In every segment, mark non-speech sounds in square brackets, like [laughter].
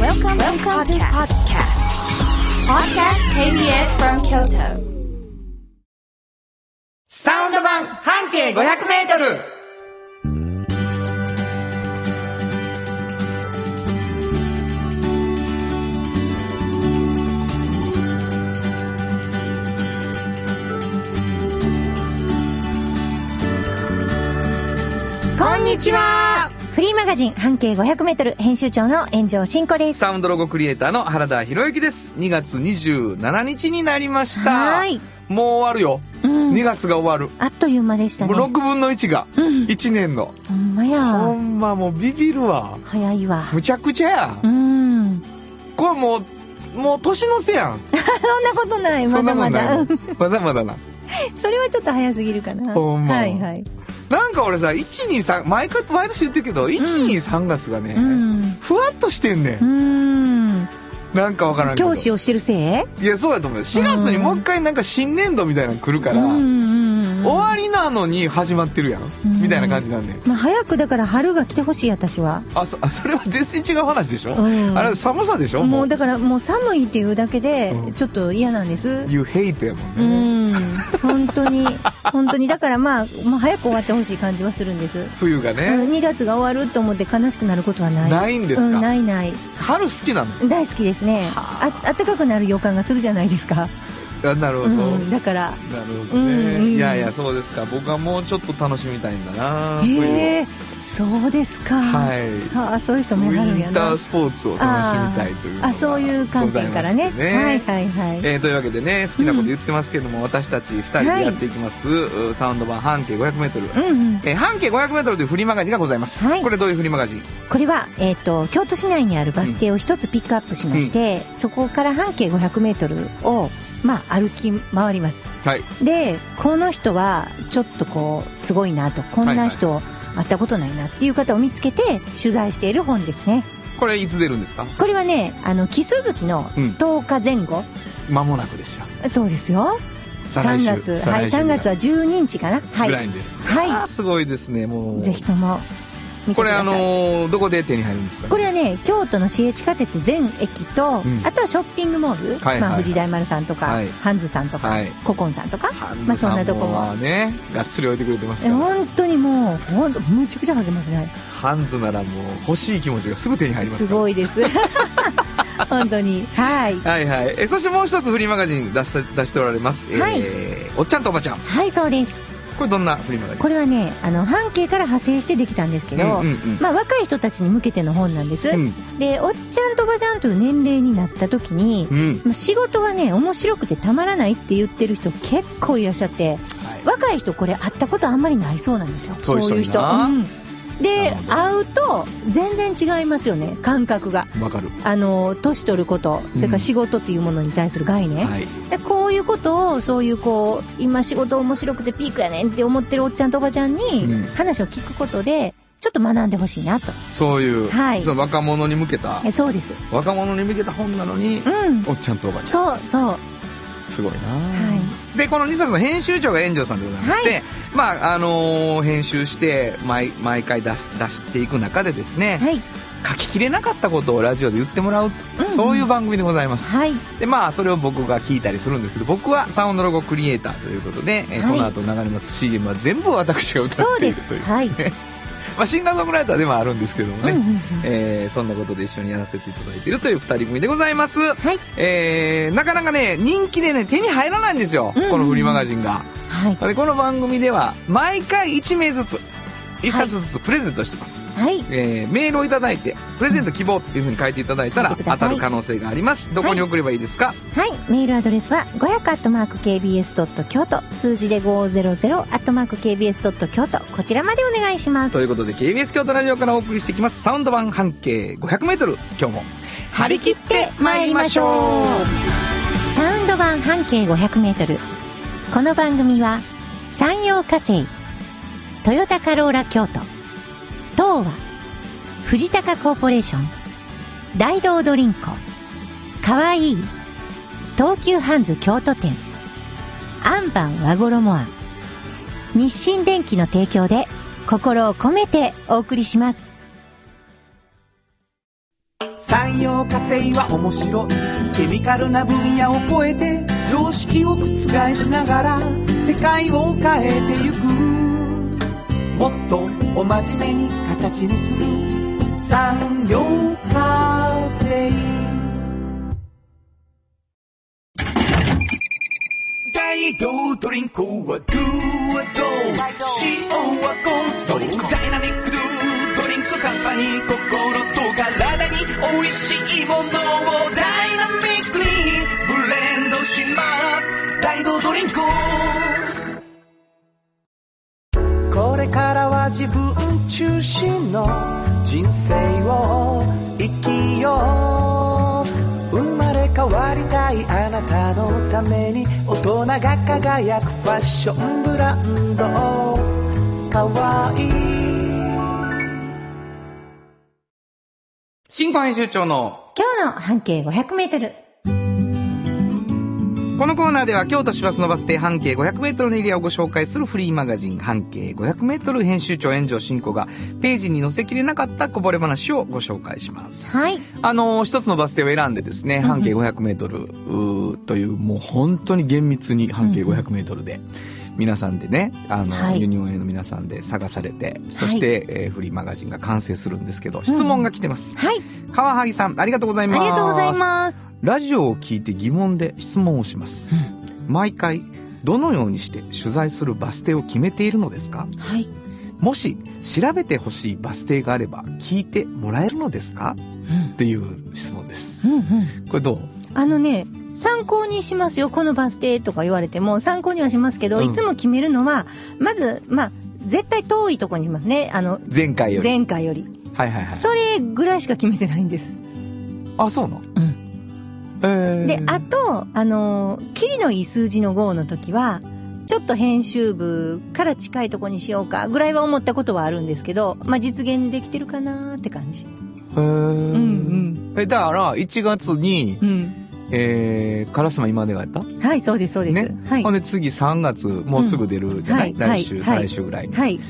Welcome, Welcome to podcast. Podcast KBS from Kyoto. サウンド版半径500メートルこんにちはフリーマガジン半径 500m 編集長の炎上真子です。サウンドロゴクリエイターの原田博之です。2月27日になりました。はいもう終わるよ。うん2月が終わる。あっという間でしたもね。う6分の1がうん1年の。ほんまほや。んまもうビビるわ。早いわ。むちゃくちゃやう。ん。 [laughs] これもう、もう年の瀬やん。そんなことない。まそんなだもまんだ。なういんまだまだな。それはちょっと早すぎるかな。ほんまはいはい。なんか俺さ、1、2、3、毎回、毎年言ってるけど、1、2、3月がねう、ん。ふわっとしてんね。うんん。なんかわからんけど。教師をしてるせいいや、そうやと思うよ。4月にもう一回なんか新年度みたいなの来るかうら、んうんうん。終わりなのに始まってるやん、んみたいな感じなんで。まあ早くだから春が来てほしい私は。あそあ [laughs] それは全然違う話でしょ、うんあれ寒さでしょももううだからもう寒いっていうだけでうんちょっと嫌なんです。 You hate やもうんね、ん。本当に、本当に。だからまあ、もう早く終わってほしい感じはするんです。冬がうんね、 2月が終わると思って悲しくなることはないないんですかうんないない春好きなの大好きですねあ暖かくなる予感がするじゃないですか、あなるほうど、ん、だからなるほどね、うんうんいやいやそうですか僕はもうちょっと楽しみたいんだな冬をへえそうですかはいあそういう人ウもいはるんィやンタなースポーツを楽しみたいというのがあそういう観点からねございましてはいはいはい、えーというわけでね好きなこと言ってますけども、私たち2人でやっていきます、うサウンド版半径 500m、うんうんえー半径 500m というフリーマガジンがございます、はいこれどういうフリーマガジンこれは、えっと京都市内にあるバス停を一つピックアップしまして、そこから半径 500m を、まあ、歩き回りますはいでこの人はちょっとこうすごいなとこんな人会ったことないなっていう方を見つけて取材している本ですねこれいつ出るんですかこれはねあの木鈴木のうん10日前後、間もなくですよそうですよ再3来週月再はい来週3ぐら月は12日かなはぐらいい、に出る、あはーすごいですねもうい、ぜひとも見てこくれあださいのーどこで手に入るんですかこれはね京都の市営地下鉄全駅と、うんあとはショッピングモール、はいまはあ、い藤大丸さんとか、はいハンズさんとか、はいココンさんとかハンまあズそんさなんとこももはねがっつり置いてくれてますえから本当にもうほんとむちゃくちゃ励ますねハンズならもう欲しい気持ちがすぐ手に入りますすからごいです [laughs] 本当にはいはいはい、えそしてもう一つフリーマガジン出して出しておられます、はいえーおっちゃんとおばちゃんはいそうですこれどんなフリーマガジンこれはねあの半径から派生してできたんですけど、うんうんうんまあ、若い人たちに向けての本なんです、でおっちゃんとおばちゃんという年齢になった時に、うんうんまあ仕事がね面白くてたまらないって言ってる人結構いらっしゃってはい若い人これ会ったことあんまりないそうなんですよそういう人いるなうんなでるほど会うと全然違いますよね感覚がわかる。あの年取ることそれから仕事というものに対する概念、はい。でこういうことをそういうこう今仕事面白くてピークやねんって思ってるおっちゃんとおばちゃんうんに話を聞くことでちょっと学んでほしいなとそういう、はいその若者に向けたえ、そうです若者に向けた本なのに、うんおっちゃんとおばちゃそうそうはん。すごいいな、で、この2冊の編集長が炎上さんでございまして、はまあ、あのー編集して、毎、毎回出し、出していく中でですね、はい書ききれなかったことをラジオで言ってもらう、うんそういう番組でございます。はいで、まあ、それを僕が聞いたりするんですけど、僕はサウンドロゴクリエイターということで、えはいこの後流れます CM は全部私が歌そっうていでるとすいう。はい、まあ、シンガーソングライターでもあるんですけどもうんね、うんうんえーそんなことで一緒にやらせていただいているという二人組でございます。はいえーなかなかね、人気でね、手に入らないんですよ。うんうんこのフリーマガジンが。はいで、この番組では、毎回1名ずつ、1冊ずつプレゼントしてます。はいえーメールをいただいて、プレゼント希望というふうに書いていただいた書ら、いてくだ当さたいる可能性があります。どこに送ればいいですか、はいメールアドレスは5 0 0 k b s k y o t 数字で5 0 0 k b s k y o t こちらまでお願いしますということで、KBS 京都ラジオからお送りしていきます。サウンド版半径500メートル。今日も、張り切って参りましょうサウンド版半径 500m この番組は山陽火星トヨタカローラ京都東和藤高コーポレーション大道ドリンクかわいい東急ハンズ京都店アンパン和衣あん日清電機の提供で心を込めてお送りします産洋化成は面白いケミカルな分野を超えて常識を覆しながら世界を変えてゆくもっとお真面目に形にする産業化成大道ドリンクはドゥはドゥ塩はコンソリダイナミックドゥドリンクカンパニー心と体に美味しいものをダイナミックにブレンドします大道ドリンクこれからは自分中心の人生を生きよう生まれ変わりたいあなたのために大人が輝くファッションブランドかわいい新婚編集長の今日の半径500メートル。このコーナーでは京都市バスのバス停半径 500m のエリアをご紹介するフリーマガジン半径 500m 編集長炎上進行がページに載せきれなかったこぼれ話をご紹介します。はい。あのー一つのバス停を選んでですね、半径 500m うーというもう本当に厳密に半径 500m で。皆さんでね、あの、はいユニオンへの皆さんで探されて、そして、えーフリーマガジンが完成するんですけど、質問が来てます。はい。川萩さん、ありがとうございあります。がとうございます。ラジオを聞いて疑問で質問をします、毎回どのようにして取材するバス停を決めているのですかはい。もし調べてほしいバス停があれば聞いてもらえるのですかうん。という質問ですうんうん。これどうあのね、参考にしますよ、このバス停とか言われても、参考にはしますけど、うんいつも決めるのは、まず、まあ、絶対遠いとこにしますね。あの、前回より前回より。はいはいはいそれぐらいしか決めてないんです。あそうなのうん。えー、で、あと、あのー、キリのいい数字の5の時は、ちょっと編集部から近いとこにしようかぐらいは思ったことはあるんですけど、まあ、実現できてるかなーって感じ。えーうんうん。えだから1月に、うん。えー、カラスマ今までがやったはい、そうです、そうです。ね、はいほん。で次3月もうすぐ出るじゃない、うんはい来週、はい再来週ぐらいに、はい。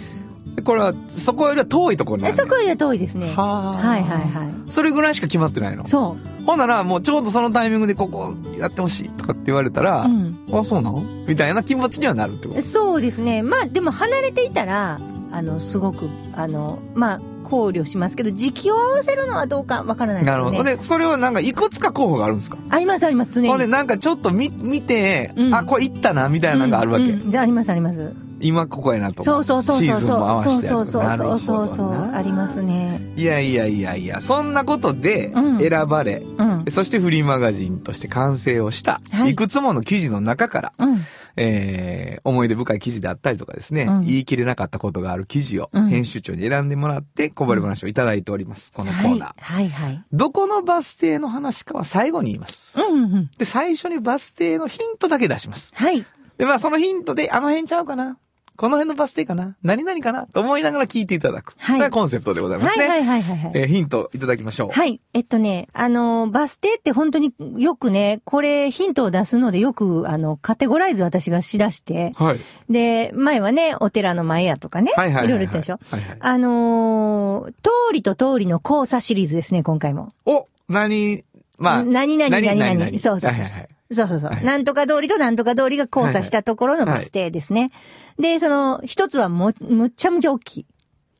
でこれはそこよりは遠いところになえるのそこよりは遠いですね。ははあいはいはい。それぐらいしか決まってないのそほんならもうちょうどそのタイミングでここやってほしいとかって言われたら、う。うん。あそうなのみたいな気持ちにはなるってことそうですね。まあ、でも離れていたら、あの、すごく、あの、まあ、考慮しますけど、時期を合わせるのはどうかわからないですなよるね。ほどでそれはなんかいくつか候補があるんですかあります、あります、常に。ほんでなんかちょっと見見て、うんあこれ行ったなみたいなのがあるわけ、うんうんであります、あります。今ここやなとそうそうそうシそーうズンも合そう。わせそうてやるそうそうそうそうそう。なるほどなありますね。いやいやいやいやそんなことでうん選ばれ、うん。そしてフリーマガジンとして完成をした、はいい、くつもの記事の中からうん。えー思い出深い記事であったりとかですね、うん言い切れなかったことがある記事をうん編集長に選んでもらって、こぼれ話をいただいております。このコはーい。ナー。はいはい。どこのバス停の話かは最後に言います。うんうんうん。で、最初にバス停のヒントだけ出します。はい。で、まあそのヒントで、あの辺ちゃうかなこの辺のバス停かな何々かなと思いながら聞いていただく。はいこれがコンセプトでございまはすいね。はいはいはいはい。えーヒントいただきましょう。はい。えっとね、あの、バス停って本当によくね、これヒントを出すのでよく、あの、カテゴライズ私がしだして、はい。で、前はね、お寺の前やとかね、はいいはいはいはい。ろいろ言ったでしょ。はいはい。あのー通りと通りの交差シリーズですね、今回も。お何まあ。何々何々そうそうそうはいはいはいそうそうそう。はいなんとか通りとなんとか通りが交差したところのバス停ですね。で、その、一つはも、むっちゃむちゃ大きい。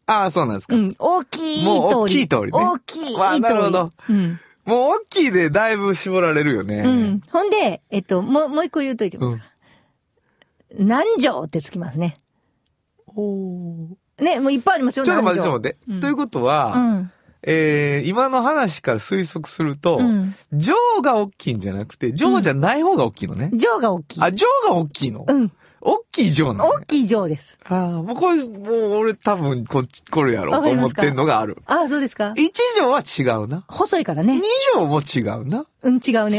ああ、そうなんですかう。ん、大きい通り。もう大きい通りね大きい通り。わあなるほどうん。もう大きいでだいぶ絞られるよね。うん。ほんで、えっと、もう、もう一個言うといてください。何条ってつきますね。ね、もういっぱいありますよ、ちょっと待って、ち何ょっと待って。うんということ条は、えー、今の話から推測すると、うん。ジョーが大きいんじゃなくて、ジョーじゃない方が大きいのねう。ん。条が大きい。あ、ジョーが大きいのうん。大きいジョーなの大ね。きい条です。ああ、もうこれ、もう俺多分こっち、これやろわうかとり思まっすかてんのがある。ああ、そうですか1畳は違うな。細いから2ね。畳も違うな。うん、違うね。もうその辺に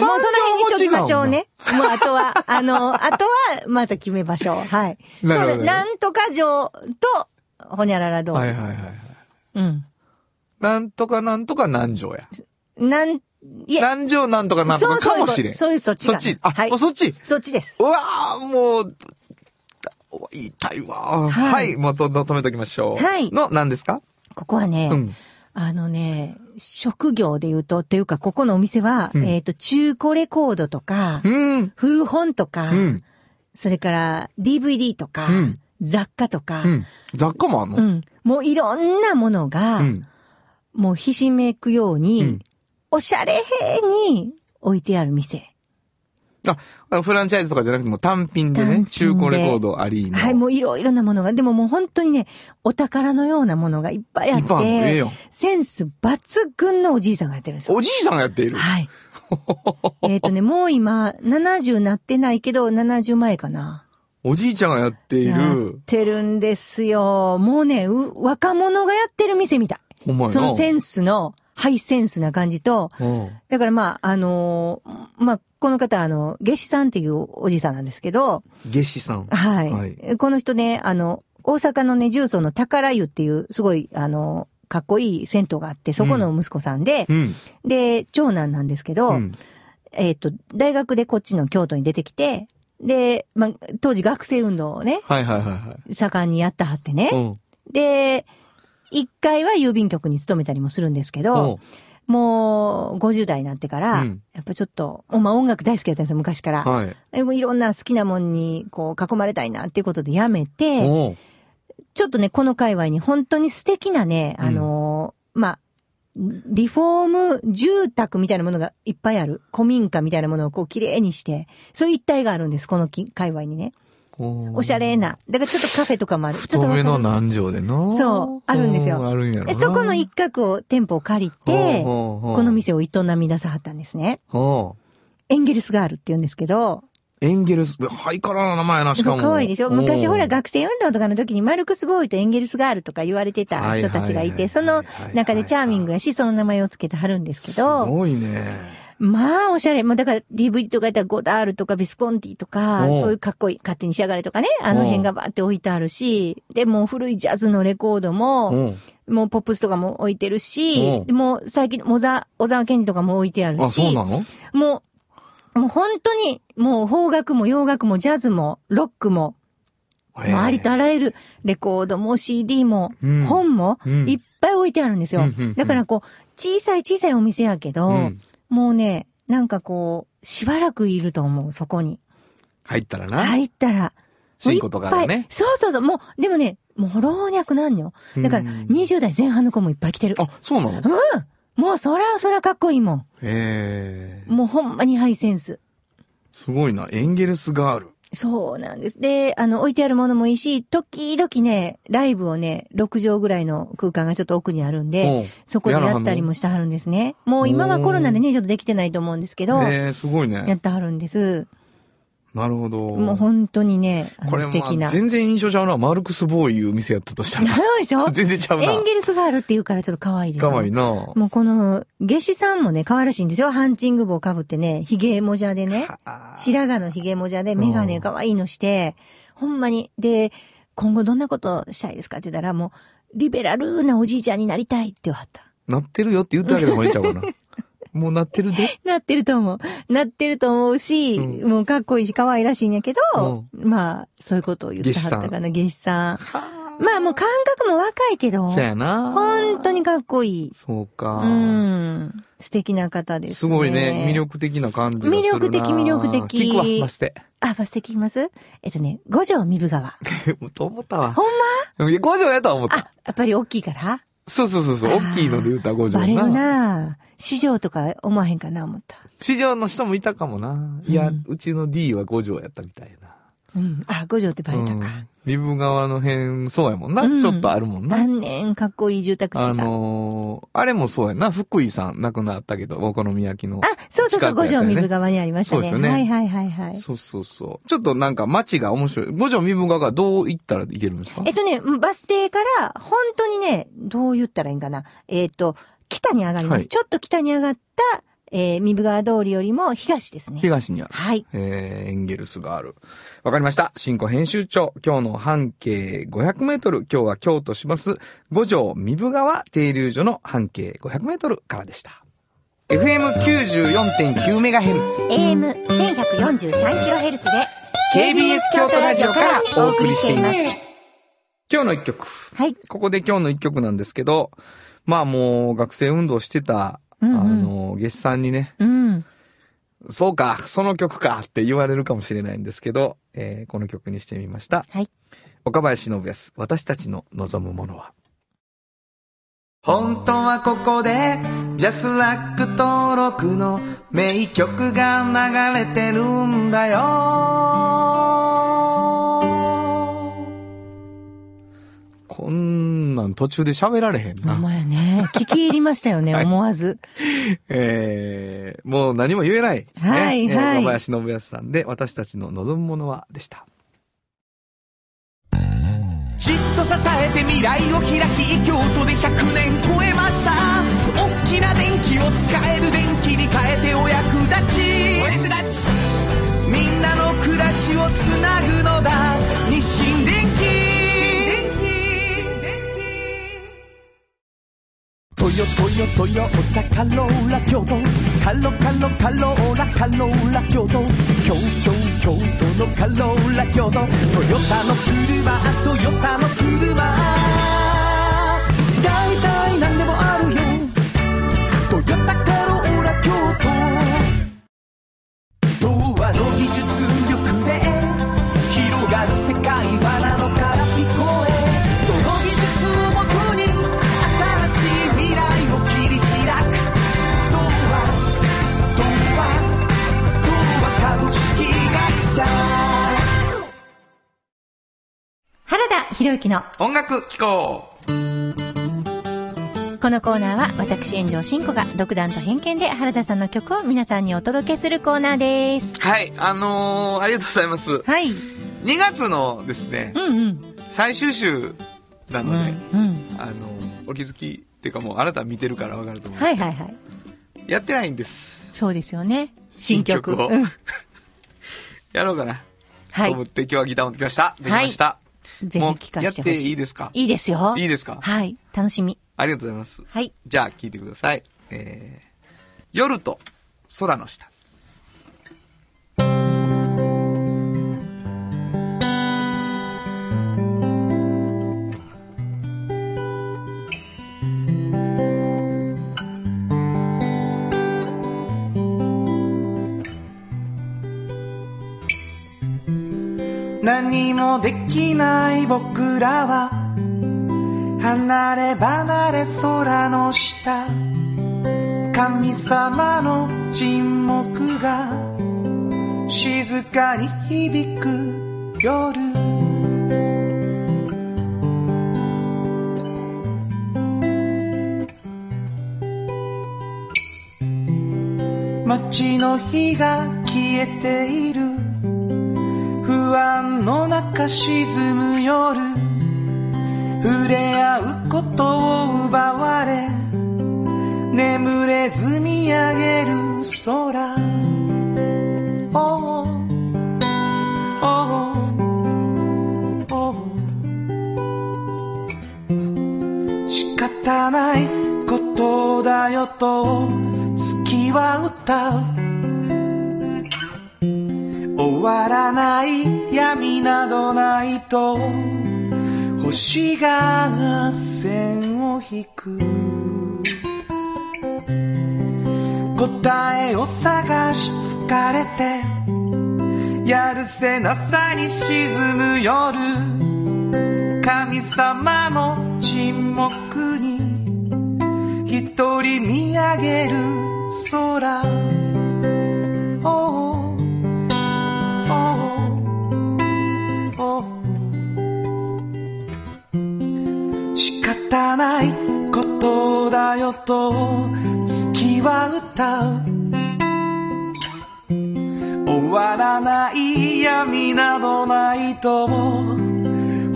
しときましょうね。もうあとは、あの、あとは、また決めましょう。はい。なるほどそうだなんとか条と、ほにゃらら道。はいはいはいはい。うん。なんとかなんとか何畳や。なん、いえ、何畳なんとかなんとかかもしれん。そういう、そういう、そそっっちちが。。あ、はいもう。そっち。そっちです。うわあもう、痛いわはいーはい、もうと、と止めときましょう。はいの、何ですかここはね、うん。あのね、職業で言うと、というか、ここのお店は、うんえっ、と、中古レコードとか、うん。古本とか、うん。それから DVD とか、うん雑貨とか、うん。雑貨もあんのうんもういろんなものが、うん。もうひしめくように、うんおしゃれへに置いてある店。あ、フランチャイズとかじゃなくても単品で単品ね、で中古レコードありの。はい、もういろいろなものが、でももう本当にね、お宝のようなものがいっぱいあいっぱっいあんのええてよ、センス抜群のおじいさんがやってるんですよ。おじいさんがやっている。 [laughs] はい。えっとね、もう今、70なってないけど、70前かな。おじいちゃんがやっていやっる。てるんですよ。もうね、う若者がやってる店みたい。お前そのセンンスの、ハイセンスな感じと、うん。だからまあ、あのーまあ、この方、あの、下司さんっていうおじさんなんですけど、下司さん。はい。はいこの人ね、あの、大阪のね、重曹の宝湯っていう、すごい、あの、かっこいい銭湯があって、そこの息子さんで、うん。で、長男なんですけど、うん。えっ、と、大学でこっちの京都に出てきて、で、まあ、当時学生運動をね、はいはいはいは盛んにやったはってねい。、うん。で、一回は郵便局に勤めたりもするんですけど、うんもう50代になってから、うんやっぱちょっと、まあ音楽大好きだったんですよ、昔から。はい。でもいろんな好きなもんに、こう、囲まれたいなっていうことでやめて、おうちょっとね、この界隈に本当に素敵なね、うんあのーまあ、リフォーム住宅みたいなものがいっぱいある。古民家みたいなものをこう綺麗にして、そういう一体があるんです、このき界隈にね。おうおしゃれ。な。だからちょっとカフェとかもある。ちょっ太とわめのか南城でな。そうあるんですようあるんやろるな。そこの一角を店舗を借りて、ここの。店を営み出さはったんですね。おうエンゲルスガールって言うんですけど、エンゲルス、ハイカラな名前やな、しすかごも。い可愛いでしょうん昔ほら学生運動とかの時にマルクスボーイとエンゲルスガールとか言われてた人たちがいて、はいはそいはいはのい中でチャーミングやし、その名前をつけてはるんですけすど、ごいね。まあおしゃれ。もうだから DV とかやったらゴダールとかビスポンティとか、おうそういうかっこいい、勝手に仕上がれとかね、あの辺がバーって置いてあるし、で、もう古いジャズのレコードうも、ん。もうポップスとかも置いてるしお、うでもう最近、小沢、小沢健二とかも置いてあるあ、そうしな、のもう、もう本当に、もう邦楽も洋楽もジャズもロックも、もうありとあららゆるレコードも CD もうん本もうんいっぱい置いてあるんですうんようんうん。だからこう、小さい小さいお店やけど、うんもうね、なんかこう、しばらくいると思う、そこに。入ったらな。入ったら。新子とかがもういっぱねい。そうそうそう、もう、でもね、もう老若男女。だから、うん20代前半の子もいっぱい来てる。あ、そうなうのんもうそらそらかっこいいもん。へえ。もうほんまにハイセンス。すごいな。エンゲルスガール。そうなんです。で、あの、置いてあるものもいいし、時々ね、ライブをね、6畳ぐらいの空間がちょっと奥にあるんで、うんそこでやったりもしてはるんですね。もう今はコロナでね、ちょっとできてないと思うんですけど、やへえ、すごいっね。てはるんです。なるほど。もう本当にね、あこのれ素ま敵あな。全然印象ちゃうな。マルクスボーイいう店やったとしたら。 [laughs] そうでしょ全然ちゃうな。エンゲルスガールっていうからちょっと可愛いでしょかわいいな。もうこの、夏至さんもね、可愛らしいんですよ。ハンチング帽被ってね、髭もじゃでね。あー白髪のひげもじゃで、メガうネん可愛いのして、ほんまに。で、今後どんなことしたいですかって言ったら、もう、リベラルなおじいちゃんになりたいって言わはった。なってるよって言っただけでもええんちゃう [laughs] かな。もうなってるで。なってると思う。なってると思うし、うんもうかっこいいし可愛らしいんやけど、まあ、そういうことを言ってはったかな、ゲシさん。まあもう感覚も若いけど、そやな。本当にかっこいい。そううか。ん。素敵な方です、ね。すごいね。魅。力的な感じがするな。魅力的魅力的聞くわ、まして。 [laughs] あ、バスで聞きますえっとね、五条三部川。もうと思ったわ。ほんいや、五条やとは思っまた。あ、やっぱり大きいからそうそうそうそう。あ大ーきいので言うたら五条バレな。るな市場とか思わへんかな思った。市場の人もいたかもな。いや、ううんちの D は五条やったみたいな。うん。あ、五条ってバレたうんか。。リブ川の辺、そうやもんな。うんちょっとあるもんな。何年かっこいい住宅地が。ああのー、あれもそうやな。福井さん亡くなったけど、お好み焼きの。そうそうそう、近く五やったよ条ね水川にありましたね。そうですよねはいはいはいはい。そうそうそう。ちょっとなんか街が面白い。五条身分川がどう行ったらいけるんですかえっとね、バス停から、本当にね、どう言ったらいいんかな。えっと、北に上がります。はいちょっと北に上がった、えー、三部川通りよりも東ですね。東にある。はい。えー、エンゲルスがある。わかりました。新庫編集長、今日の半径500メートル、今日は京都市バス、五条三部川停留所の半径500メートルからでした。FM94.9 メガヘルツ。 AM1143kHz で、 KBS 京都ラジオからお送りしています。今日の一曲。はい。ここで今日の一曲なんですけど、まあもう学生運動してた、うんうんあの、月産にね、うん。そうか、その曲かって言われるかもしれないんですけど、えーこの曲にしてみました。はい。岡林信です。私たちの望むものは。本当はここで、ジャスラック登録の名曲が流れてるんだよ。こんなん途中で喋られへんほんな。まやね。聞き入りましたよね、 [laughs] はい思わず。 [laughs] えー、もう何も言えないですね。はいえーはい岡林信康さんで、私たちの望むものはでした。じっと支えて未来を開き京都で100年超えました大きな電気を使える電気に変えてお役立ちお役立ちみんなの暮らしをつなぐのだ日清電気トヨトヨトヨタカローラ京都カロカロカローラカローラ京都京京京都のカローラ京都トヨタの車トヨタの車大体何でもあるよトヨタカローラ京都童話の技術力で広がる世界はなのから聞こえその技術をもとに新しい未来を切り開く童話童話童話株式会社原田博之の音楽機構このコーナーは私炎上真子が独断と偏見で原田さんの曲を皆さんにお届けするコーナーです。はい、あのー、ありがとうございます。はい。 2月のですねう、んうん。最終週なうので、んうん。あのー、お気づきっていうかもうあなた見てるからわかると思う。はいはいはい。やってないんです。そうですよね。新曲。新曲をうん [laughs] やろうかな。はと思っい。て今日はギター持ってきました。できました。ぜひもう聞かせてほやしってい。いいですかいいですよ。いいですかはい。楽しみ。ありがとうございます。はい。じゃあ聞いてください。えー、夜と空の下。何もできない僕らは離れ離れ空の下神様の沈黙が静かに響く夜街の火が消えている不安の中沈む夜触れ合うことを奪われ眠れず見上げる空おうおうおう仕方ないことだよと月は歌う終わらない闇などないと星が線を引く答えを探し疲れてやるせなさに沈む夜神様の沈黙に一人見上げる空をおうおう仕方ないことだよと月は歌う終わらない闇などないと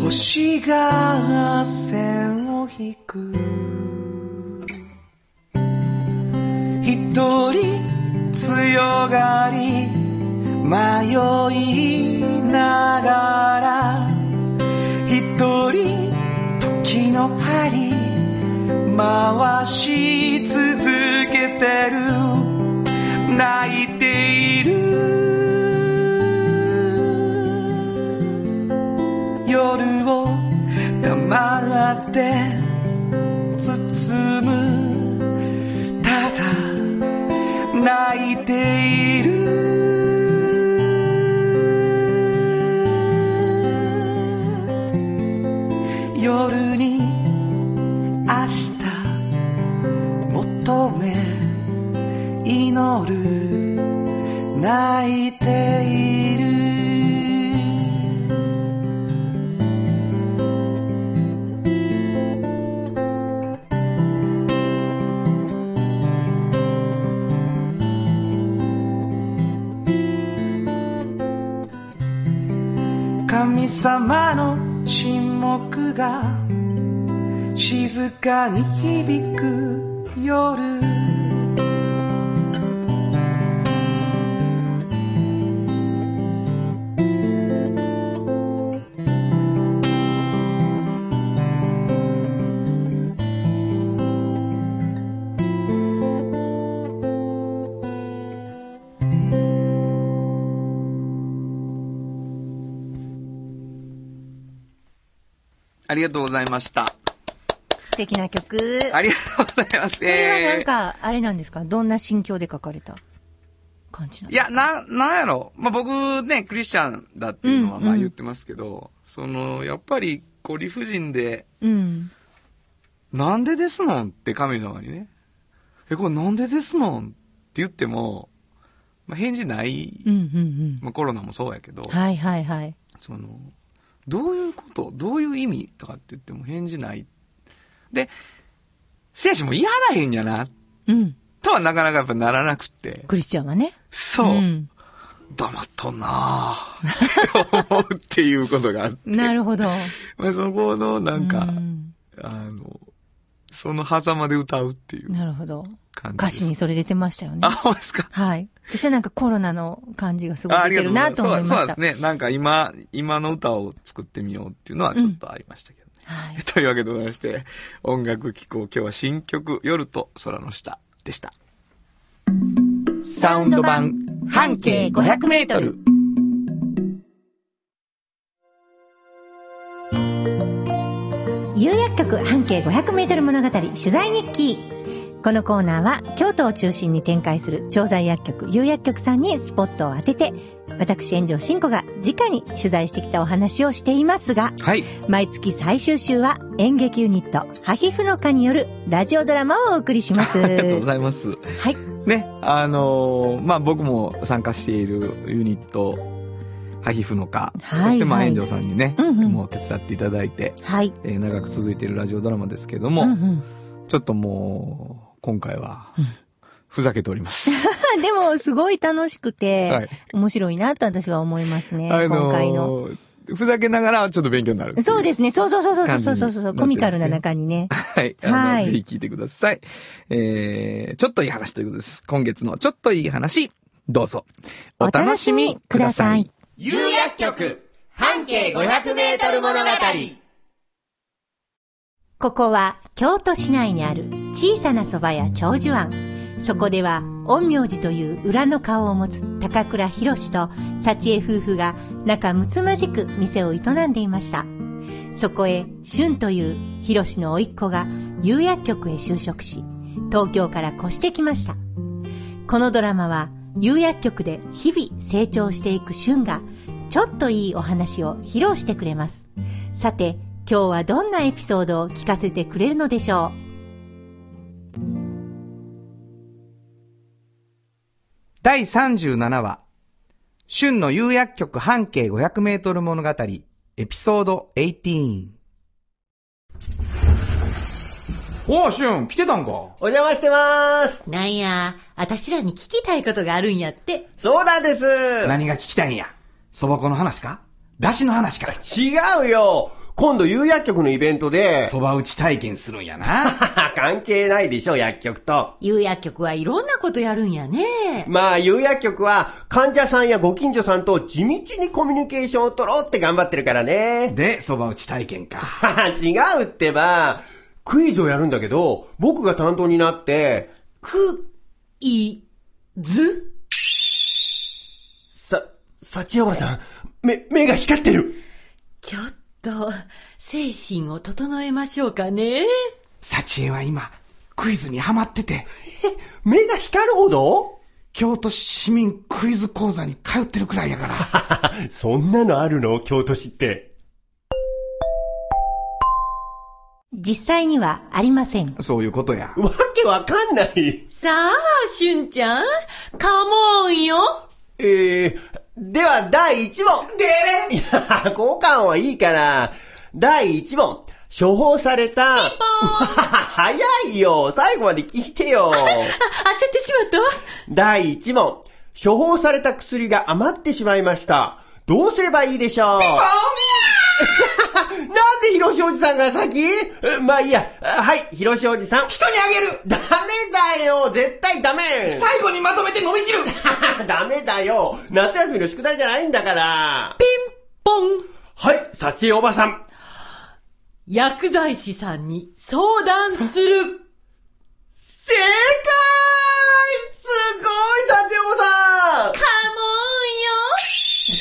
星が線を引く一人強がり迷いながら一人時の針回し続けてる泣いている夜を黙って包むいている夜に明日求め祈る泣いている神様の沈黙が静かに響く夜ありがとうございました。素敵な曲。ありがとうございます。これはなんえーか、あれなんですかどんな心境で書かれた感じなんいですかや、な、なんやろ。まあ、僕ね、クリスチャンだっていうのはうんうんまあ言ってますけど、その、やっぱり、こう理不尽で、うん。なんでですのんって神様にね。え、これなんでですのんって言っても、まあ、返事ない。うんうんまあ、コロナもそうやけど、うん。はいはいはい。その、どういうことどういう意味とかって言っても返事ない。で、聖書も言い張らへんやな、うん。とはなかなかやっぱならなくって。クリスチャンはね。そう。ん黙っとんなぁ。って思うっていうことがあって。なるほど。まあ、そこの、なんか、うんあの、その狭間で歌うっていうなるほど。感じです。歌詞にそれ出てましたよねあ、。ほんまですか。はい。私はなんかコロナの感じがすごああくり出がてとるうないとござます。そ思いうましそた。うですね。なんか今、今の歌を作ってみようっていうのはちょっとありましたけどね。はい。というわけでございまして、音楽機構、今日は新曲、夜と空の下でした。サウンド版半径500メートル。有薬局半径500メートル物語取材日記。このコーナーは京都を中心に展開する調剤薬局有薬局さんにスポットを当てて、私炎上真子が直に取材してきたお話をしていますが、はい。毎月最終週は演劇ユニットハヒフノカによるラジオドラマをお送りします。 [laughs] ありがとうごはざいまい。す。ね、あのーまあ、僕も参加しているユニット、ハヒフノカ、はいそしてまあ、はい炎上さんにね、うんうんもう手伝っていただいて、はい。えー長く続いているラジオドラマですけども、うんうんちょっともう、今回はうん、ふざけております。まあ [laughs] でも、すごい楽しくて、はい面白いなと私は思いますね、あ今回の。のーふざけながらちょっと勉強になるっていそうですね。そうそうそうそうそうそうそう、感じになってますねコミカルな中にね。はい。あの、はいぜひ聞いてください。えー、ちょっといい話ということです。今月のちょっといい話、どうぞ。お楽しみください。。有薬局半径500メートル物語ここは京都市内にある小さな蕎麦屋長寿庵。そこでは、陰陽師という裏の顔を持つ高倉博士と幸江夫婦が仲睦まじく店を営んでいました。そこへ、俊という博士の甥っ子が有薬局へ就職し、東京から越してきました。このドラマは、有薬局で日々成長していく俊が、ちょっといいお話を披露してくれます。さて、今日はどんなエピソードを聞かせてくれるのでしょ第37話旬の有薬局半径500メートル物語エピソード18おお、旬来てたんかお邪魔してますう。なんや、あたしらに聞きたいことがあるんやって。そうなんです何が聞きたいんやそば粉の話かだしの話か違うよ今度有薬局のイベントで、そば打ち体験するんやな。 [laughs] 関係ないでしょ、薬局と。有薬局はいろんなことやるんやね。まあ、有薬局は患者さんやご近所さんと地道にコミュニケーションを取ろうって頑張ってるからね。 [laughs] で、そば打ち体験か。はは違うってば、クイズをやるんだけど、僕が担当になって、く、い、ずさ、幸山さん、目、目が光ってるちょっと、精神を整えましょうかね。幸恵は今、クイズにハマってて。目が光るほど京都市民クイズ講座に通ってるくらいやから。そんなのあるの京都市って。実際にはありません。 [laughs] そういうことや。わけわかんない。さあ、しゅんちゃん、カモンよ。えー、では第1問でれいや、交換はいいから、第1問、処方された、 [laughs] 早いよ最後まで聞いてよあ、焦ってしまったわ。第1問、処方された薬が余ってしまいました。どうすればいいでしょう [laughs] なんで広志おじさんが先うんまあいいや。あはい、広志おじさん。人にあげるダメだよ絶対ダメ最後にまとめて飲み切るダメだよ夏休みの宿題じゃないんだからポン。はい、幸恵おばさん。薬剤師さんに相談する。正解すごい、幸恵おばさん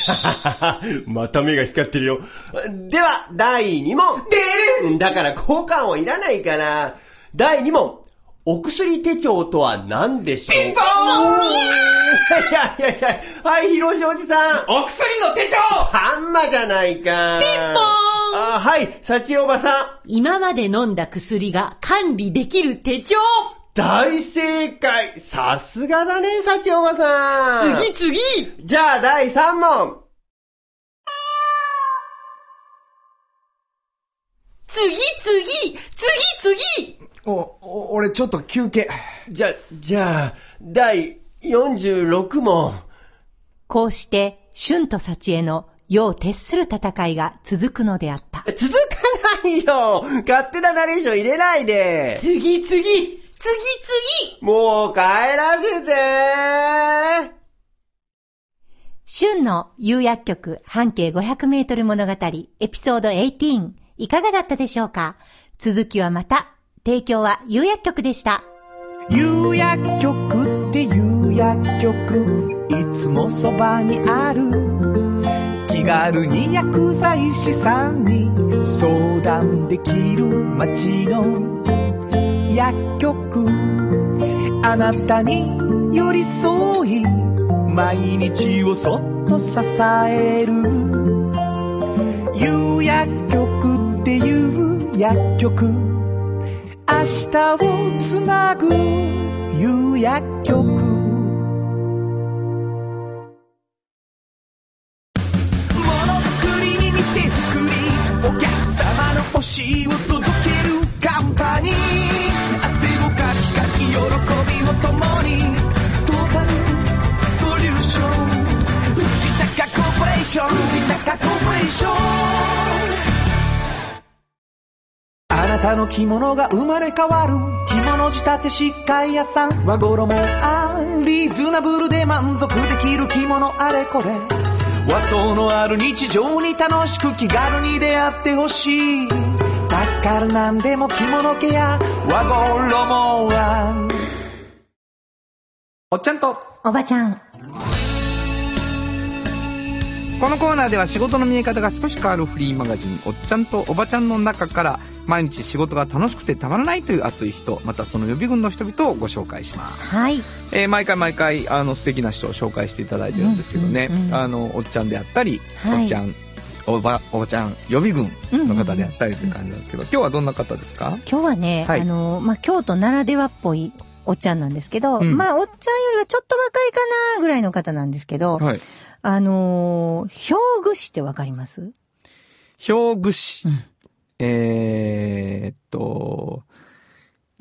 [laughs] また目が光ってるよ。では、第2問。だから交換はいらないから。第2問。お薬手帳とは何でしょうピンポンいやいやいや、はい、広志おじさん。お薬の手帳ハンマじゃないか。ピンポンあはい、幸恵おばさん。今まで飲んだ薬が管理できる手帳。大正解さすがだね、幸おばさん次次じゃあ第3問次次次次お、お俺ちょっと休憩。じゃ、じゃあ、第46問こうして、春と幸恵の世を徹する戦いが続くのであった。続かないよ勝手なナレーション入れないで次次次次もう帰らせて春の有薬局半径500メートル物語エピソード18いかがだったでしょうか続きはまた。提供は有薬局でした。有薬局って有薬局いつもそばにある気軽に薬剤師さんに相談できる街の薬局あなたに寄り添い毎日をそっと支える有薬局っていう薬局明日をつなぐ夕薬局ものづくりに店づくりお客様の欲しいを届けるカンパニー汗をかきかき喜びを共にトータルソリューション藤高コーポレーション藤高コーポレーションあなたの着物が生まれ変わる着物仕立て疾患屋さん和衣もアンリーズナブルで満足できる着物あれこれ和装のある日常に楽しく気軽に出会ってほしい助かるなんでも着物ケア和衣もアンおっちゃんとおばちゃん、このコーナーでは仕事の見え方が少し変わるフリーマガジン「おっちゃんとおばちゃん」の中から毎日仕事が楽しくてたまらないという熱い人またその予備軍の人々をご紹介します、はい。えー毎回毎回あの素敵な人を紹介していただいてるんですけどね、うんうんうんあのおっちゃんであったり、はいおっちゃんおばおばちゃん予備軍の方であったりという感じなんですけど、今日はどんな方ですか今日はね、はいあの、まあ、京都ならではっぽいおっちゃんなんですけど、うんまあ、おっちゃんよりはちょっと若いかなぐらいの方なんですけど、はいあのー、表具師ってわかります表具師、うんえーっと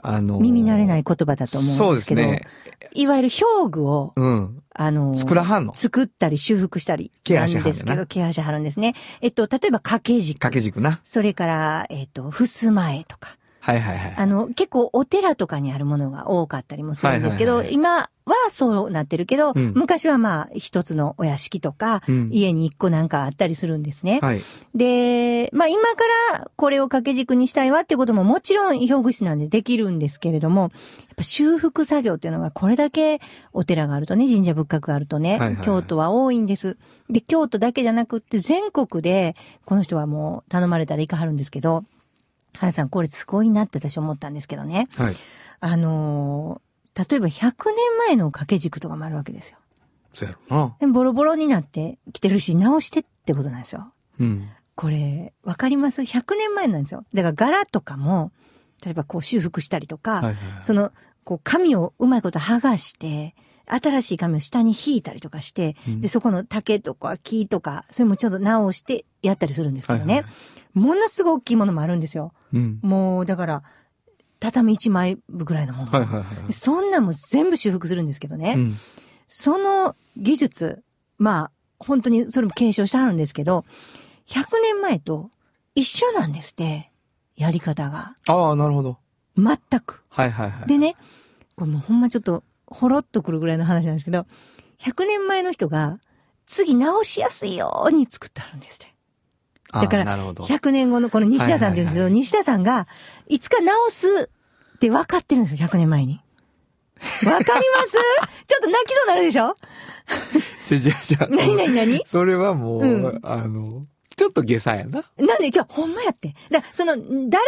あのー耳慣れない言葉だと思うんですけど、そうですねいわゆる表具を、うんあのー、作らはんの作ったり修復したりケなアんしはんねんなですけど、ケアしはるんですね。えっと、例えば掛け軸。掛け軸なそれから、えっと、襖絵とか。はいはいはいあの、結構お寺とかにあるものが多かったりもするんですけはいど、はいはい今はそうなってるけど、うん昔はまあ、一つのお屋敷とか、うん家に一個なんかあったりするんですね。はいで、まあ今からこれを掛け軸にしたいわってことももちろん表具師なんでできるんですけれども、やっぱ修復作業っていうのがこれだけお寺があるとね、神社仏閣があるとね、はいはいはい京都は多いんです。で、京都だけじゃなくって全国で、この人はもう頼まれたらいかはるんですけど、原さんこれすごいなって私思ったんですけどね。はいあの例えば100年前の掛け軸とかもあるわけですよ。そうやろな。でボロボロになってきてるし、直してってことなんですよ。うん。これ、わかります ?100 年前なんですよ。だから柄とかも、例えばこう修復したりとか、はいはいはいその、こう紙をうまいこと剥がして、新しい紙を下に引いたりとかして、うんで、そこの竹とか木とか、それもちょっと直してやったりするんですけどね。はいはいものすごい大きいものもあるんですよ。うん。もう、だから、畳1枚分ぐらいのもの。はいはいはい。そんなんも全部修復するんですけどね。うん。その技術、まあ、本当にそれも継承してあるんですけど、100年前と一緒なんですって、やり方が。ああ、なるほど。全く。はいはいはい。でね、これもうほんまちょっと、ほろっとくるぐらいの話なんですけど、100年前の人が、次直しやすいように作ってあるんですって。ああ、だからなるほど。 100年後のこの西田さんって言うんですけど、はいはいは西田さんが、いつか直すって分かってるんですよ、100年前に。わかります [laughs] ちょっと泣きそうになるでしょじゃじゃじゃ。何何何それはもう、うんあの、ちょっと下差やな。なんで、じゃあ、ほんまやって。だからその、誰が直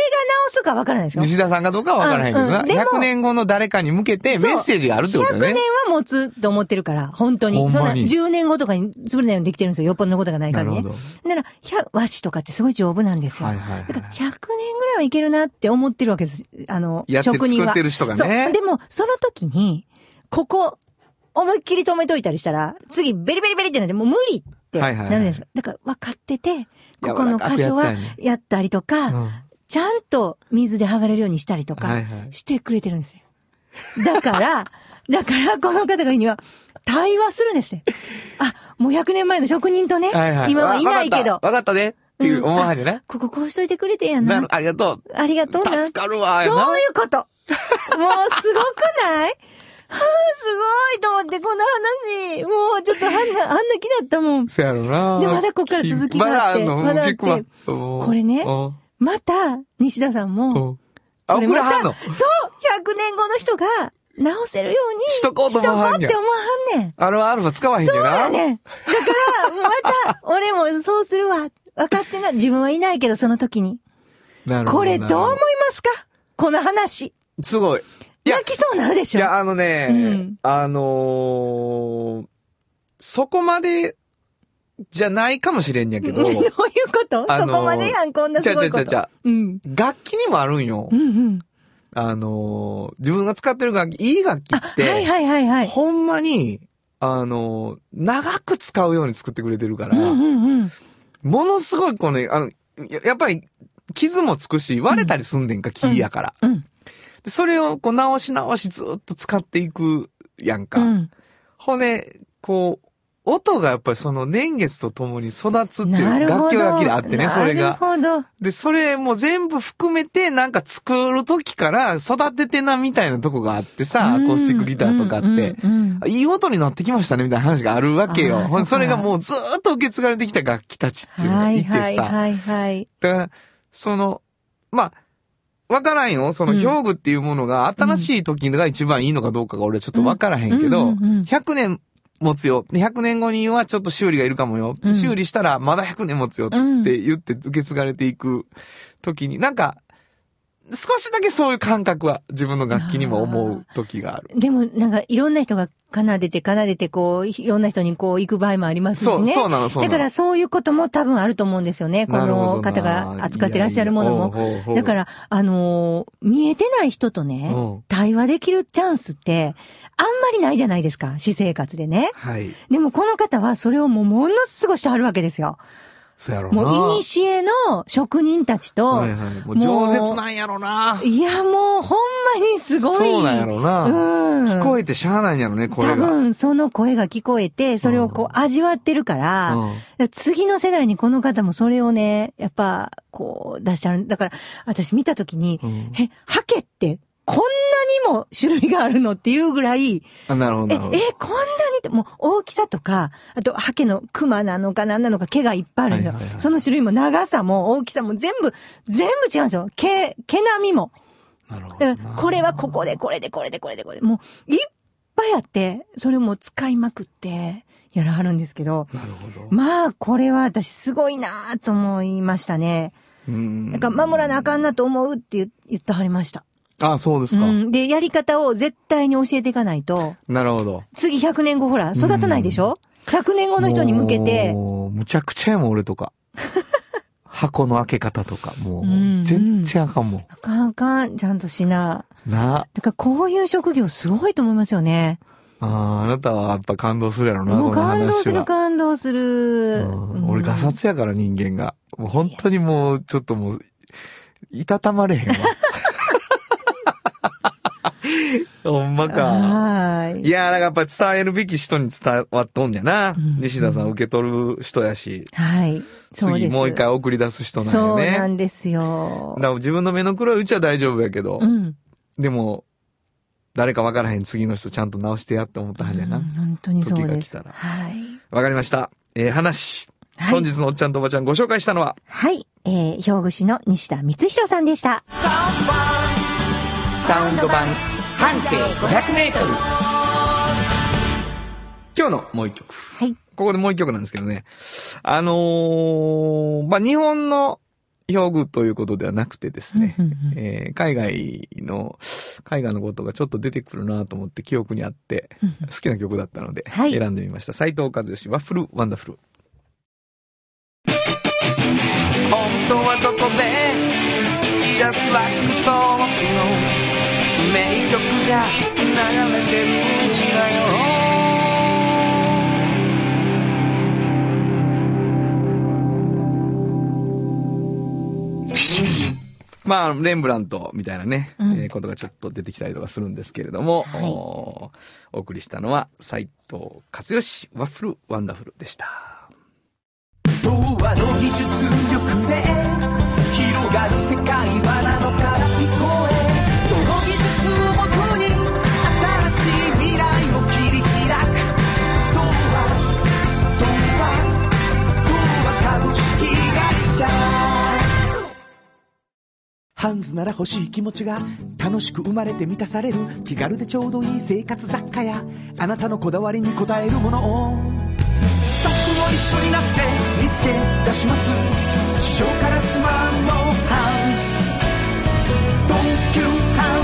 すかわからないでしょ西田さんがどうかは分からへんけどうな。んうんでも100年後の誰かに向けてそうメッセージがあるってこと100だ年よね。は持つと思ってるから、本当に。ほんまにそんな10年後とかに潰れないようにできてるんですよ。よっぽどのことがないからね。なるほなら、100和紙とかってすごい丈夫なんですよ。はいはいはいだから100年ぐらいはいけるなって思ってるわけです。あの、やって職人は。作ってる人がねそうでも、その時に、ここ、思いっきり止めといたりしたら、次、ベリベリベリってなって、もう無理ってなはいるはじゃいはないいですか。だから、分かってて、ここの柔らかくやったりね箇所はやったりとか、うんちゃんと水で剥がれるようにしたりとはかいはいしてくれてるんですよ。だ [laughs] から、だからこの方が言うには、対話するんですね。あ、もう100年前の職人とね、はいはい。今はいないけわど、かったわかったね。っていう思わはんねな。こここうしといてくれてやな。なるありがとありがとうう。な。助かるわ。やなそういうこと。もうすごく [laughs] ないはあ、すごいと思って、この話。もうちょっとあんな、あんな気だったもん。そやろな。でまだここから続きがあってまだのまだあって結構あったもうこれねうんまた、西田さんも、うんあ、これ送らはんのまたそう !100 年後の人が直せるようにしとこうと思わはんねやしとこうって思わはんねん。あれはアルファ使わへんねそうやな。やねん。だから、また、俺もそうするわ。分かってない。自分はいないけど、その時に。なるほど。これどう思いなるほますかこの話。どすごい。いや泣きそうになるでしいょ。や、あのね、うんあのーそこまで、じゃないかもしれんやけ [laughs] どどう、いうこと、あのーそこまでやん、こんなすごいこと。ちゃうちゃうちゃうちゃうん。楽器にもあるんよう。んうん。あのー自分が使ってる楽器、いい楽器あ、って、はいはいはいはい。ほんまに、あのー長く使うように作ってくれてるから、うんうんうん。ものすごいこの、あの、ややっぱり、傷もつくし、割れたりすんねんか、木やから。うん。でそれをこう直し直しずっと使っていくやんか。うん。ほんで、こう、音がやっぱりその年月とともに育つっていなうるほ楽器ど。は楽器であってね、それが。なるほど。で、それも全部含めてなんか作る時から育ててなみたいなとこがあってさ、アコースティックギターとかって。うんうん [laughs] うんいい音になってきましたねみたいな話があるわけあよ。ーほんそっでかそれがもうずーっと受け継がれてきた楽器たちっていうのがいてさ。はいはいはいはい。だから、その、まあ、わからんよ。その、うん表具っていうものが、新しい時が一番いいのかどうかが俺はちょっとわからへんけうど、んうんうんうん100年持つよ。で100年後にはちょっと修理がいるかもよ。うん修理したらまだ100年持つよって言って受け継がれていく時に、なんか、少しだけそういう感覚は自分の楽器にも思う時がある。でも、なんか、いろんな人が奏でて、奏でて、こう、いろんな人にこう、行く場合もありますしね。そう、そうなの、そうなだの。から、そういうことも多分あると思うんですよね。こなるほのどな方が扱ってらっしゃるものいやいやほうほうほも。うだから、あのー見えてない人とねうん、対話できるチャンスって、あんまりないじゃないですか、私生活でね。はい。でも、この方はそれをもう、ものすごいしてはるわけですよ。そうやろうな。もう、いにしえの職人たちと、はいはい。もう、饒舌なんやろな。いや、もう、ほんまにすごい。そうなんやろな。うん。聞こえてしゃあないんやろね、これ多が。分その声が聞こえて、それをこう味わってるから、うん次の世代にこの方もそれをね、やっぱこう出してある。だから私見たときに、うんえ、ハケってこんなにも種類があるのっていうぐらい、あなるほど、え、え、なこんるほなどに。って、もう大きさとか、あと、ハケのクマなのか何なのか毛がいっぱいあるんですよ。はいはいはいその種類も長さも大きさも全部、全部違うんですよ。毛、毛並みも。なるほどだなから、これはここで、これで、これで、これで、これで、もう、いっぱいあって、それも使いまくって、やらはるんですけど、なるほど。まあ、これは私すごいなと思いましたね。うんなんか、守らなあかんなと思うって言言ってはりました。あ、そうですうか。ん。で、やり方を絶対に教えていかないと、なるほど。次100年後ほら、育たないでしょ ?100 年後の人に向けて、もうむちゃくちゃやもん、俺と [laughs] か。箱の開け方とか、もうんう、全然あかんもあかんあかん、ちゃんとしな。ん。なだからこういう職業すごいと思いますよね。あー、あなたはやっぱ感動するやろな、もこうの感動話するは。感動する。うん俺ガサツやから人間が。もう本当にもう、ちょっともう、いたたまれへん [laughs] わ。ほんまか。はいい。やー、だからやっぱ伝えるべき人に伝わっとんじゃな。ん西田さん受け取る人やし、はい。そうです。次もう一回送り出す人なんそようね。なんですよだ。から自分の目の黒いうちは大丈夫やけど、うん。でも、誰か分からへん次の人ちゃんと直してやって思ったはずやな。うんわ、本当にそうで時す。が来たらはい。かりました。えー話。はい本日のおっちゃんとおばちゃんご紹介したのは、はい。えー、兵庫市の西田光弘さんでした。サウンド版半径500メートル。今日のもう一曲。はい。ここでもう一曲なんですけどね。あのー、まあ、日本の表具ということではなくてですね、うんうんうんえー海外の、海外のことがちょっと出てくるなと思って記憶にあって、好きな曲だったので、はい選んでみました。斉藤和義、ワッフルワンダフル。本当はここで Just like t の名曲が流れてるんだよまあ、レンブラントみたいなね、うんえーことがちょっと出てきたりとかするんですけれども、はいおーお送りしたのは、斉藤和義、ワッフルワンダフルでした。童話の技術力で広がる世界はなのから聞こえその技術をもとに新しい未来を切り開く童話童話童話株式会社ハンズなら欲しい気持ちが楽しく生まれて満たされる気軽でちょうどいい生活雑貨やあなたのこだわりに応えるものをスタッフも一緒になって見つけ出します市場からスマートハウス東急ハ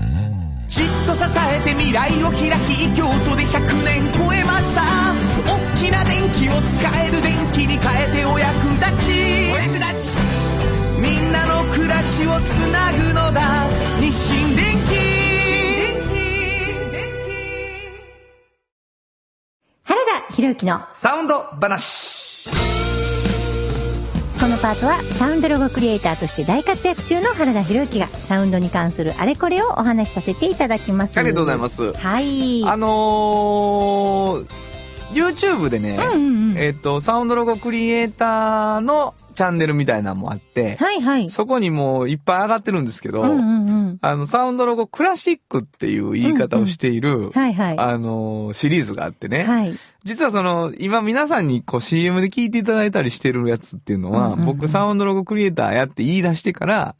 ンズ京都店じっと支えて未来を開き京都で100年超えました大きな電気を使える電気に変えてお役立ちお役立ちみんなの暮らしをつなぐのだ日清電気原田博之のサウンド話このパートはサウンドロゴクリエイターとして大活躍中の原田博之がサウンドに関するあれこれをお話しさせていただきます。ありがとうございす。ます。はい。あのー、YouTube でね、うんうんうんえっ、と、サウンドロゴクリエイターのチャンネルみたいなのもあって、はいはい。そこにもういっぱい上がってるんですけど、うんうんうん。あの、サウンドロゴクラシックっていう言い方をしている、はいはい。あのーシリーズがあってね、はい。実はその、今皆さんにこう CM で聞いていただいたりしてるやつっていうのは、うんうんうん僕サウンドロゴクリエイターやって言い出してから、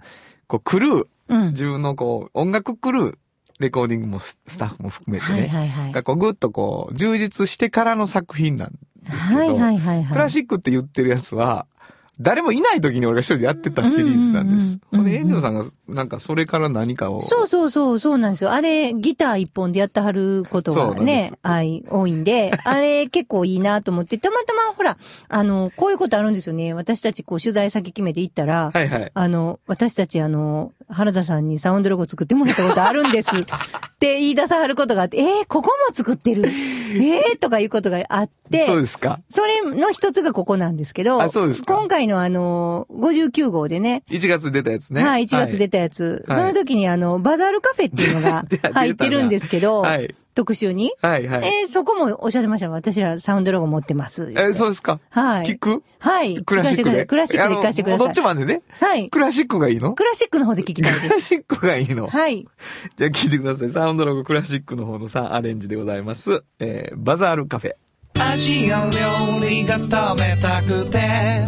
こう、クルー、うん。自分のこう、音楽クルー、レコーディングもススタッフも含めてね、はいはいはい。がこうぐっとこう、充実してからの作品なんですけど、はいはいはいはい。クラシックって言ってるやつは、誰もいない時に俺が一人でやってたシリーズなんです。うんうんうんこれ、エンジョさんが、なんかそれから何かを、そうそうそう、そうなんですよ。あれ、ギター一本でやってはることそうがなんでねす、はい、多い [laughs] んで、あれ結構いいなと思って、たまたまほら、あの、こういうことあるんですよね。私たちこう取材先決めて行ったら、はいはい。あの、私たちあの、原田さんにサウンドロゴ作ってもらったことある [laughs] んです。って言い出さはることがあって、えー、ここも作っ [laughs] てる。えー、とかいうことがあって、そうですか。それの一つがここなんですけど、あそうですか今回のあの、59号でね、 1月出たやつね。はい、1月出た。たやつ。はいその時にあの、バザールカフェっていうのが [laughs] 出た出た入ってるんですけど、はい特集に。はいはい。えーそこもおっしゃってました。私らサウンドロゴ持ってます。えーそうですか。はい聞くはい。クラシックで。聞かせてくださいクラシックで聞かせてくださあのい。どっちまでね。はい。クラシックがいいのクラシックの方で聞きたいクで [laughs] す。ラシックがいいの。はい。じゃあ聞いてください。サウンドロゴクラシックの方のさアレンジでございます。えーバザールカフェ。アジア料理が食べたくて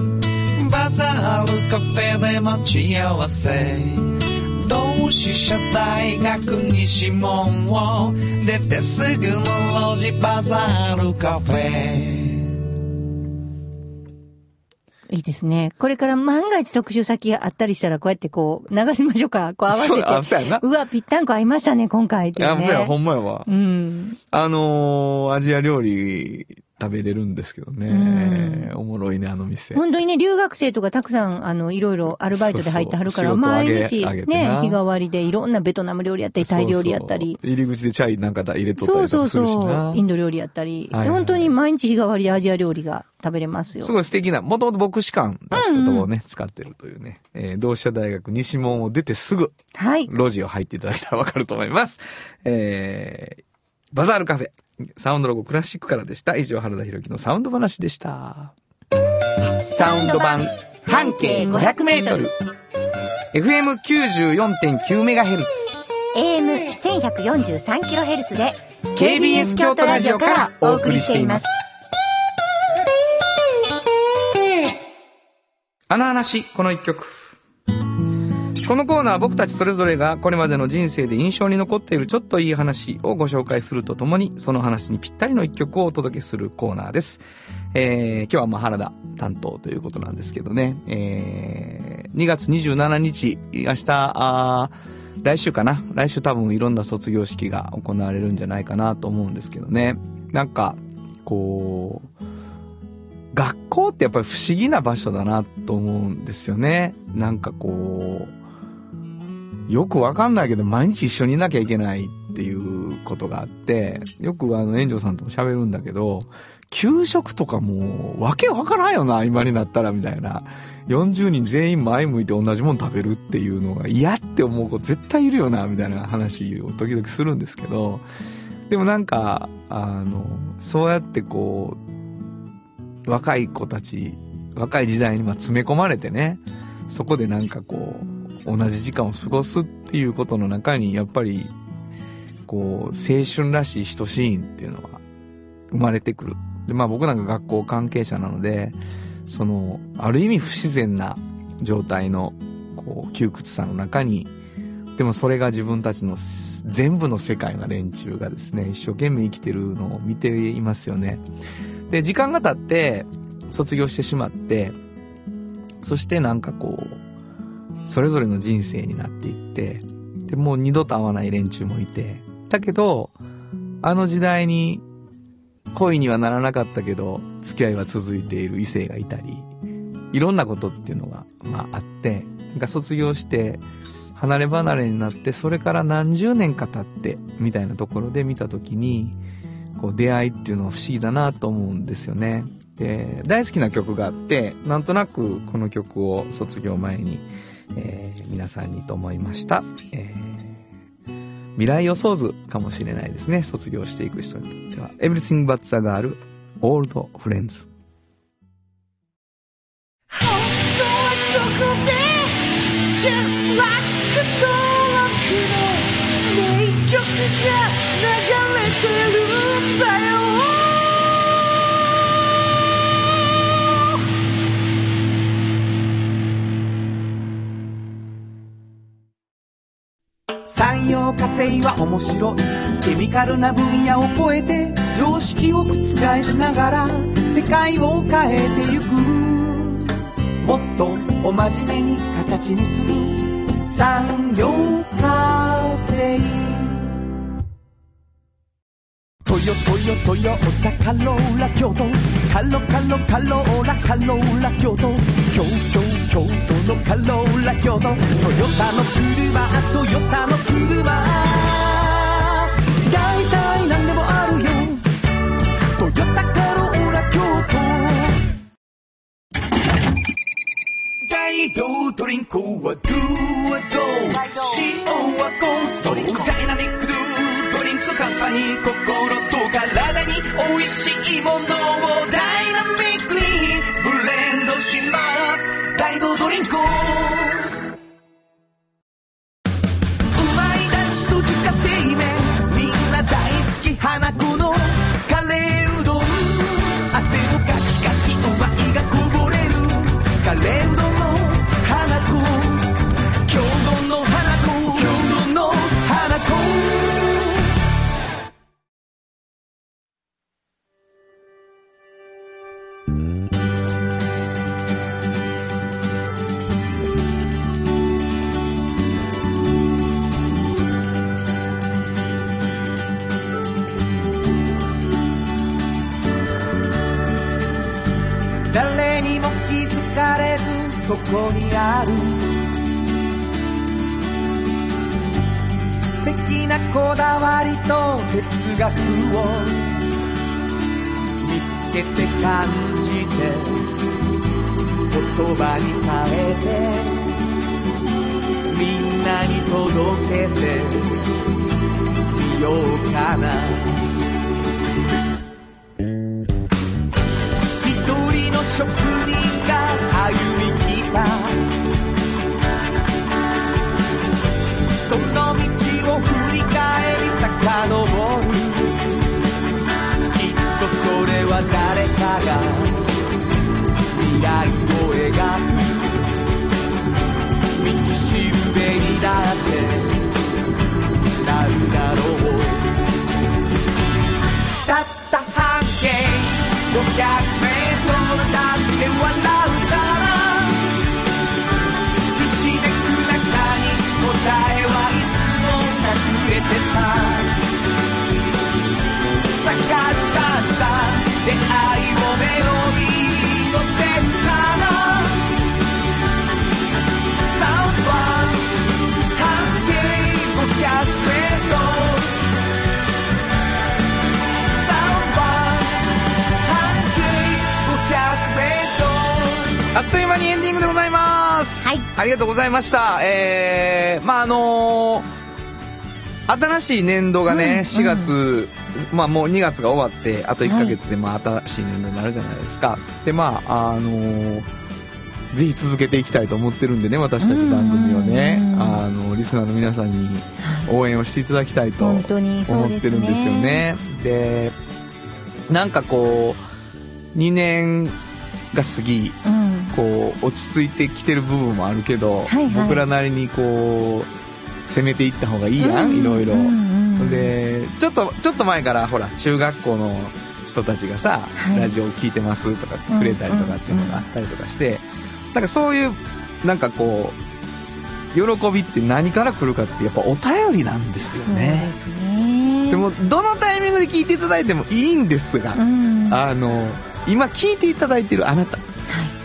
バザールカフェで待ち合わせ同志社大学西門を出てすぐの路地バザールカフェいいですね。これから万が一特集先があったりしたら、こうやってこう、流しましょうか。こう合わせて。そうあそうやなうわ、ぴったんこ合いましたね、今回っていあ、う、そうね。や、ほんまやわ。うん。あのーアジア料理食べれるんですけどね。うおもろいね、あの店。本当にね、留学生とかたくさん、あの、いろいろアルバイトで入ってはるから、そうそう仕事あ毎げ日あげね、てな日替わりでいろんなベトナム料理やったり、タイ料理やったりそう。そう入り口でチャイなんか入れとったそうりそとかうするしな。そう。インド料理やったり。はいはい本当に毎日日替わりでアジア料理が食べれますよ。すごい素敵な、もともと牧師館だったところをね、使ってるというね、えー同志社大学西門を出てすぐ、はい。路地を入っていただいたらわかると思います。えー、バザールカフェ、サウンドロゴクラシックからでした。以上、原田博之のサウンド話でした。サウンド版、半径500メートル。FM94.9 メガヘルツ。 AM1143kHz で KBS 京都ラジオからお送りしています。あの話、この一曲。このコーナーは僕たちそれぞれがこれまでの人生で印象に残っているちょっといい話をご紹介するとともに、その話にぴったりの一曲をお届けするコーナーです。えー、今日はまあ原田担当ということなんですけどね、えー、2月27日、明日、あー来週かな来週多分いろんな卒業式が行われるんじゃないかなと思うんですけどね。なんか、こう、学校ってやっぱり不思議な場所だなと思うんですよね。なんかこう、よくわかんないけど毎日一緒にいなきゃいけないっていうことがあって、よくあの、園長さんとも喋るんだけど、給食とかもう、わけわからんよな、今になったらみたいな。40人全員前向いて同じもの食べるっていうのが嫌って思う子絶対いるよな、みたいな話を時々するんですけど、でもなんか、あの、そうやってこう、若い子たち、若い時代にまあ詰め込まれてね、そこでなんかこう、同じ時間を過ごすっていうことの中に、やっぱり、こう、青春らしい一シーンっていうのは生まれてくる。で、まあ僕なんか学校関係者なので、その、ある意味不自然な状態の、こう、窮屈さの中に、でもそれが自分たちの全部の世界の連中がですね、一生懸命生きてるのを見ていますよね。で、時間が経って、卒業してしまって、そしてなんかこう、それぞれの人生になっていって、で、もう二度と会わない連中もいて、だけど、あの時代に恋にはならなかったけど、付き合いは続いている異性がいたり、いろんなことっていうのが、まあ、あって、なんか卒業して、離れ離れになって、それから何十年か経って、みたいなところで見たときに、こう出会いっていうのは不思議だなと思うんですよね。で、大好きな曲があって、なんとなくこの曲を卒業前に、えー皆さんにと思いました。えー未来予想図かもしれないですね。卒業していく人にとっては。Everything But the Girl, Old Friends。産業化成は面白いケミカルな分野を超えて常識を覆しながら世界を変えてゆくもっとお真面目に形にする産業化成トヨトヨトヨタカローラ京都カロカロカローラカローラ京都京京京都のカローラ京都トヨタの車トヨタの車大体何でもあるよトヨタカローラ京都大道ドリンクはドゥはドゥ塩はコンソーダイナミックドゥドリンクカンパニー心と体に美味しいものをダイナミックにブレンドします大道ドリンクうまいだしと自家製麺みんな大好き花子のカレーうどん汗のかきかきうまいがこぼれるカレーうどんの花子郷土の花子郷土の花子そこにある素敵なこだわりと哲学を見つけて感じて言葉に変えてみんなに届けてみようかな一人の職人が歩み来たその道を振り返り遡るきっとそれは誰かが未来を描く道しるべにだってなるだろうたった半径500メートルだって笑うから不思議な中に答えはいつも隠れてた探したした出会いをメロディーのせるかなサウン半径500メートルサンバ半径500メートルあっという間にエンディングでございます。はいありがとうございました。えー、まああのー新しい年度がね、4月、まあもう2月が終わって、あと1ヶ月で、まあ新しい年度になるじゃないですか。で、まああのーぜひ続けていきたいと思ってるんでね私たち番組をね、うんうんうんあのリスナーの皆さんに応援をしていただきたいと思本っ当にそうですねてるんですよね。でなんかこう2年が過ぎうんこう落ち着いてきてる部分もあるけはど、いはい僕らなりにこう攻めていった方がいいやん、うんいろいろ、うんうんでちょっとちょっと前からほら中学校の人たちがさ、はいラジオ聞いてますとかくれたりとかっていうのがあったりとかして、なんかそういうなんかこう喜びって何から来るかってやっぱお便りなんですよそうねですねでもどのタイミングで聞いていただいてもいいんですが、うんうんあの今聞いていただいてるあなた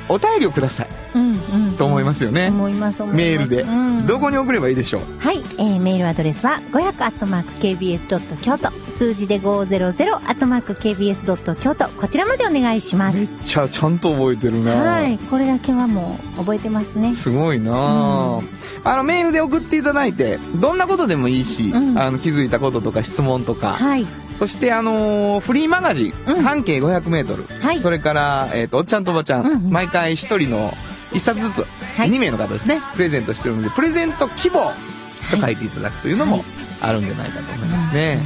お便りをくださいうんと思いますよね、思います思いますメールで、うんどこに送ればいいでしょうはい、えー、メールアドレスは5 0 0 k b s k y o t 数字で5 0 0 k b s k y o t こちらまでお願いしまめっすちゃちゃんと覚えてるな、はいこれだけはもう覚えてますねすごいなあ、あのメールで送っていただいてどんなことでもいいし、うんあの気づいたこととか質問とか、はいそして、あのーフリーマガジン、うん半径 500m、はいそれから、えー、とおっちゃんとおばちゃん、うん毎回一人の一冊ずつ、い2名の方ですねプレゼントしてるのでプレゼント希望と書いていただくというのはもいあるんじゃないかと思いますね、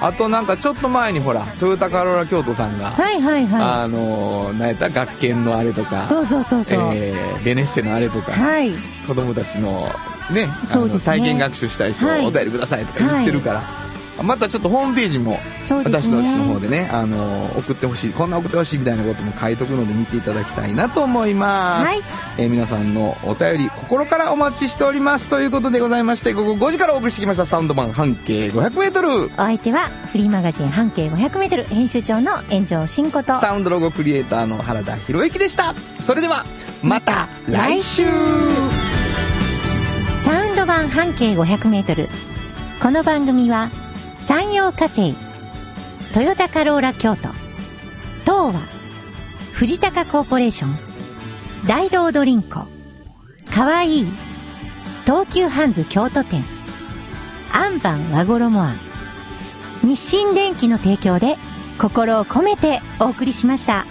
あとなんかちょっと前にほらトヨタカローラ京都さんが、はいはいはあのー、何やった学研のあれとかいそうそうそうそう、えーベネッセのあれとか、はい子供たちの,、ねあのそうですね体験学習したい人はいお便りくださいとか言ってるから、またちょっとホームページもそうで私すねたちの方でねあの送ってほしいこんな送ってほしいみたいなことも書いとくので見ていただきたいなと思います、はいえー皆さんのお便り心からお待ちしておりますということでございまして午後5時からお送りしてきましたサウンド版半径 500m お相手はフリーマガジン半径 500m 編集長の炎上真子とサウンドロゴクリエイターの原田博之でしたそれではまた来週サウンド版半径 500m この番組は山陽火星トヨタカローラ京都東和藤高コーポレーション大道ドリンクかわいい東急ハンズ京都店アンバン和衣庵日清電機の提供で心を込めてお送りしました。